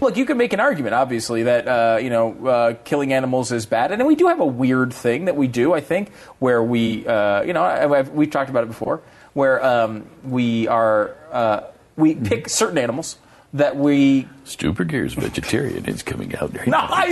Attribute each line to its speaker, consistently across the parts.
Speaker 1: Look, you can make an argument, obviously, that uh, you know uh, killing animals is bad, and we do have a weird thing that we do. I think where we, uh, you know, I, I've, we've talked about it before, where um, we are uh, we pick certain animals that we.
Speaker 2: Stuber Gear's vegetarian is coming out right
Speaker 1: No,
Speaker 2: now.
Speaker 1: I,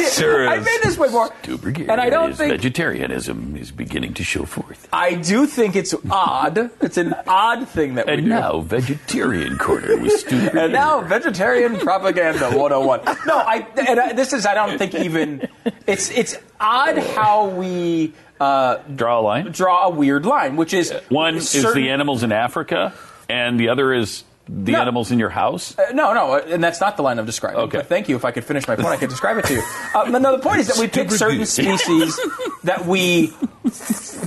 Speaker 1: I made this way more,
Speaker 2: Stuber Gear
Speaker 1: and I don't
Speaker 2: is
Speaker 1: think
Speaker 2: vegetarianism is beginning to show forth.
Speaker 1: I do think it's odd. It's an odd thing that we
Speaker 2: And
Speaker 1: do.
Speaker 2: now, vegetarian corner with Stuber
Speaker 1: And now
Speaker 2: Gear.
Speaker 1: vegetarian propaganda 101. No, I and I, this is I don't think even it's it's odd how we uh,
Speaker 3: Draw a line.
Speaker 1: draw a weird line, which is
Speaker 3: One is
Speaker 1: certain-
Speaker 3: the animals in Africa, and the other is the
Speaker 1: No.
Speaker 3: animals in your house.
Speaker 1: Uh, No, no, and that's not the line I'm describing.
Speaker 3: Okay.
Speaker 1: But thank you. If I could finish my point, I could describe it to you. Uh, no, no, the point is that we pick certain species that we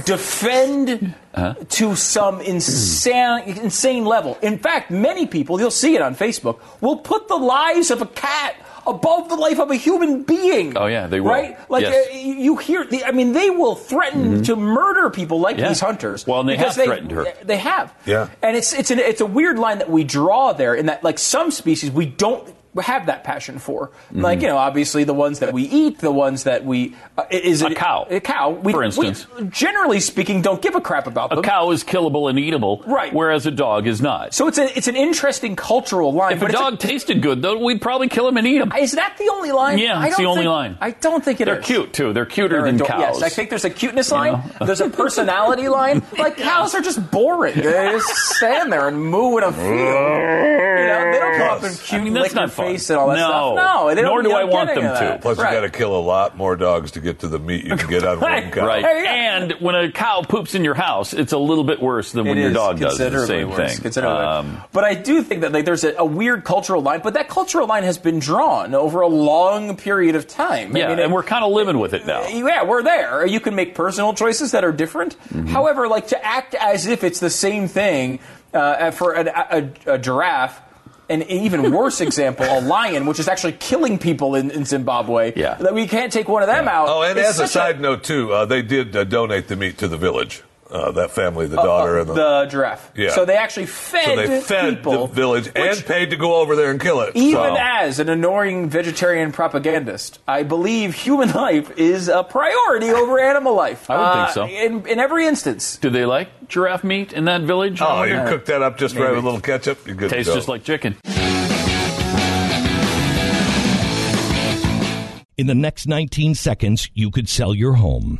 Speaker 1: defend
Speaker 3: Uh-huh.
Speaker 1: to some insane, insane level. In fact, many people, you'll see it on Facebook, will put the lives of a cat above the life of a human being.
Speaker 3: Oh, yeah, they will.
Speaker 1: Right? Like,
Speaker 3: Yes. Mm-hmm.
Speaker 1: uh, you you hear, the, I mean, they will threaten to murder people like
Speaker 3: Yeah.
Speaker 1: these hunters.
Speaker 3: Well, and they
Speaker 1: because
Speaker 3: have threatened her.
Speaker 1: They have.
Speaker 4: Yeah.
Speaker 1: And it's it's an, it's a weird line that we draw there in that like some species we don't have that passion for.
Speaker 3: Mm-hmm.
Speaker 1: Like you know, obviously the ones that we eat, the ones that we uh, it is
Speaker 3: A cow,
Speaker 1: a cow. We,
Speaker 3: for
Speaker 1: we,
Speaker 3: instance.
Speaker 1: generally speaking, don't give a crap about
Speaker 3: A
Speaker 1: them.
Speaker 3: cow is killable and eatable,
Speaker 1: Right.
Speaker 3: whereas a dog is not.
Speaker 1: So it's a it's an interesting cultural line.
Speaker 3: if
Speaker 1: but
Speaker 3: a
Speaker 1: it's
Speaker 3: dog tasted good, though, we'd probably kill him and eat him.
Speaker 1: is that the only line?
Speaker 3: Yeah,
Speaker 1: I
Speaker 3: it's the
Speaker 1: don't
Speaker 3: only
Speaker 1: think-
Speaker 3: line.
Speaker 1: I don't think it is.
Speaker 3: They're cute too. They're cuter than
Speaker 1: ador-
Speaker 3: cows.
Speaker 1: Yes, I think there's a cuteness line. There's a personality line. Like cows are just boring. They just stand there and moo in a field. You know, they don't come up and cute
Speaker 3: I mean, that's
Speaker 1: lick your
Speaker 3: not fun.
Speaker 1: face and all that
Speaker 3: No.
Speaker 1: stuff. No, they don't,
Speaker 3: Nor do
Speaker 1: you
Speaker 3: I
Speaker 1: don't
Speaker 3: want
Speaker 1: get any
Speaker 3: them
Speaker 1: of
Speaker 3: to.
Speaker 1: that.
Speaker 4: Plus,
Speaker 1: Right.
Speaker 4: you got to kill a lot more dogs to get to the meat you can get on one cow.
Speaker 3: Right.
Speaker 1: There you go.
Speaker 3: And when a cow poops in your house, it's a little bit worse than when
Speaker 1: It
Speaker 3: your
Speaker 1: is
Speaker 3: dog does the
Speaker 1: considerably
Speaker 3: same
Speaker 1: worse,
Speaker 3: thing.
Speaker 1: Considerably. worse.
Speaker 3: Um,
Speaker 1: but I do think that like, there's a, a weird cultural line, but that cultural line has been drawn over a long period of time.
Speaker 3: yeah,
Speaker 1: I mean,
Speaker 3: and
Speaker 1: it-
Speaker 3: we're kind of living with it now.
Speaker 1: yeah, we're there. You can make personal choices that are different.
Speaker 3: Mm-hmm.
Speaker 1: However, like to act as if it's the same thing uh, for an, a, a, a giraffe. An even worse example, a lion, which is actually killing people in, in Zimbabwe.
Speaker 3: Yeah.
Speaker 1: That we can't take one of them out.
Speaker 4: Oh, and
Speaker 1: It's
Speaker 4: as a
Speaker 1: such
Speaker 4: side note, too, uh, they did uh, donate the meat to the village. Uh, that family, the daughter, and the,
Speaker 1: the giraffe.
Speaker 4: Yeah.
Speaker 1: So they actually fed,
Speaker 4: so they fed
Speaker 1: people,
Speaker 4: the village
Speaker 1: which-
Speaker 4: and paid to go over there and kill it.
Speaker 1: Even
Speaker 4: So-
Speaker 1: as an annoying vegetarian propagandist, I believe human life is a priority over animal life. Uh,
Speaker 3: I would think so.
Speaker 1: In, in every instance.
Speaker 3: Do they like giraffe meat in that village? I
Speaker 4: oh,
Speaker 3: wonder.
Speaker 4: you cook that up just right with a little ketchup. You're good to
Speaker 3: Tastes
Speaker 4: go.
Speaker 3: just like chicken.
Speaker 5: in the next 19 seconds you could sell your home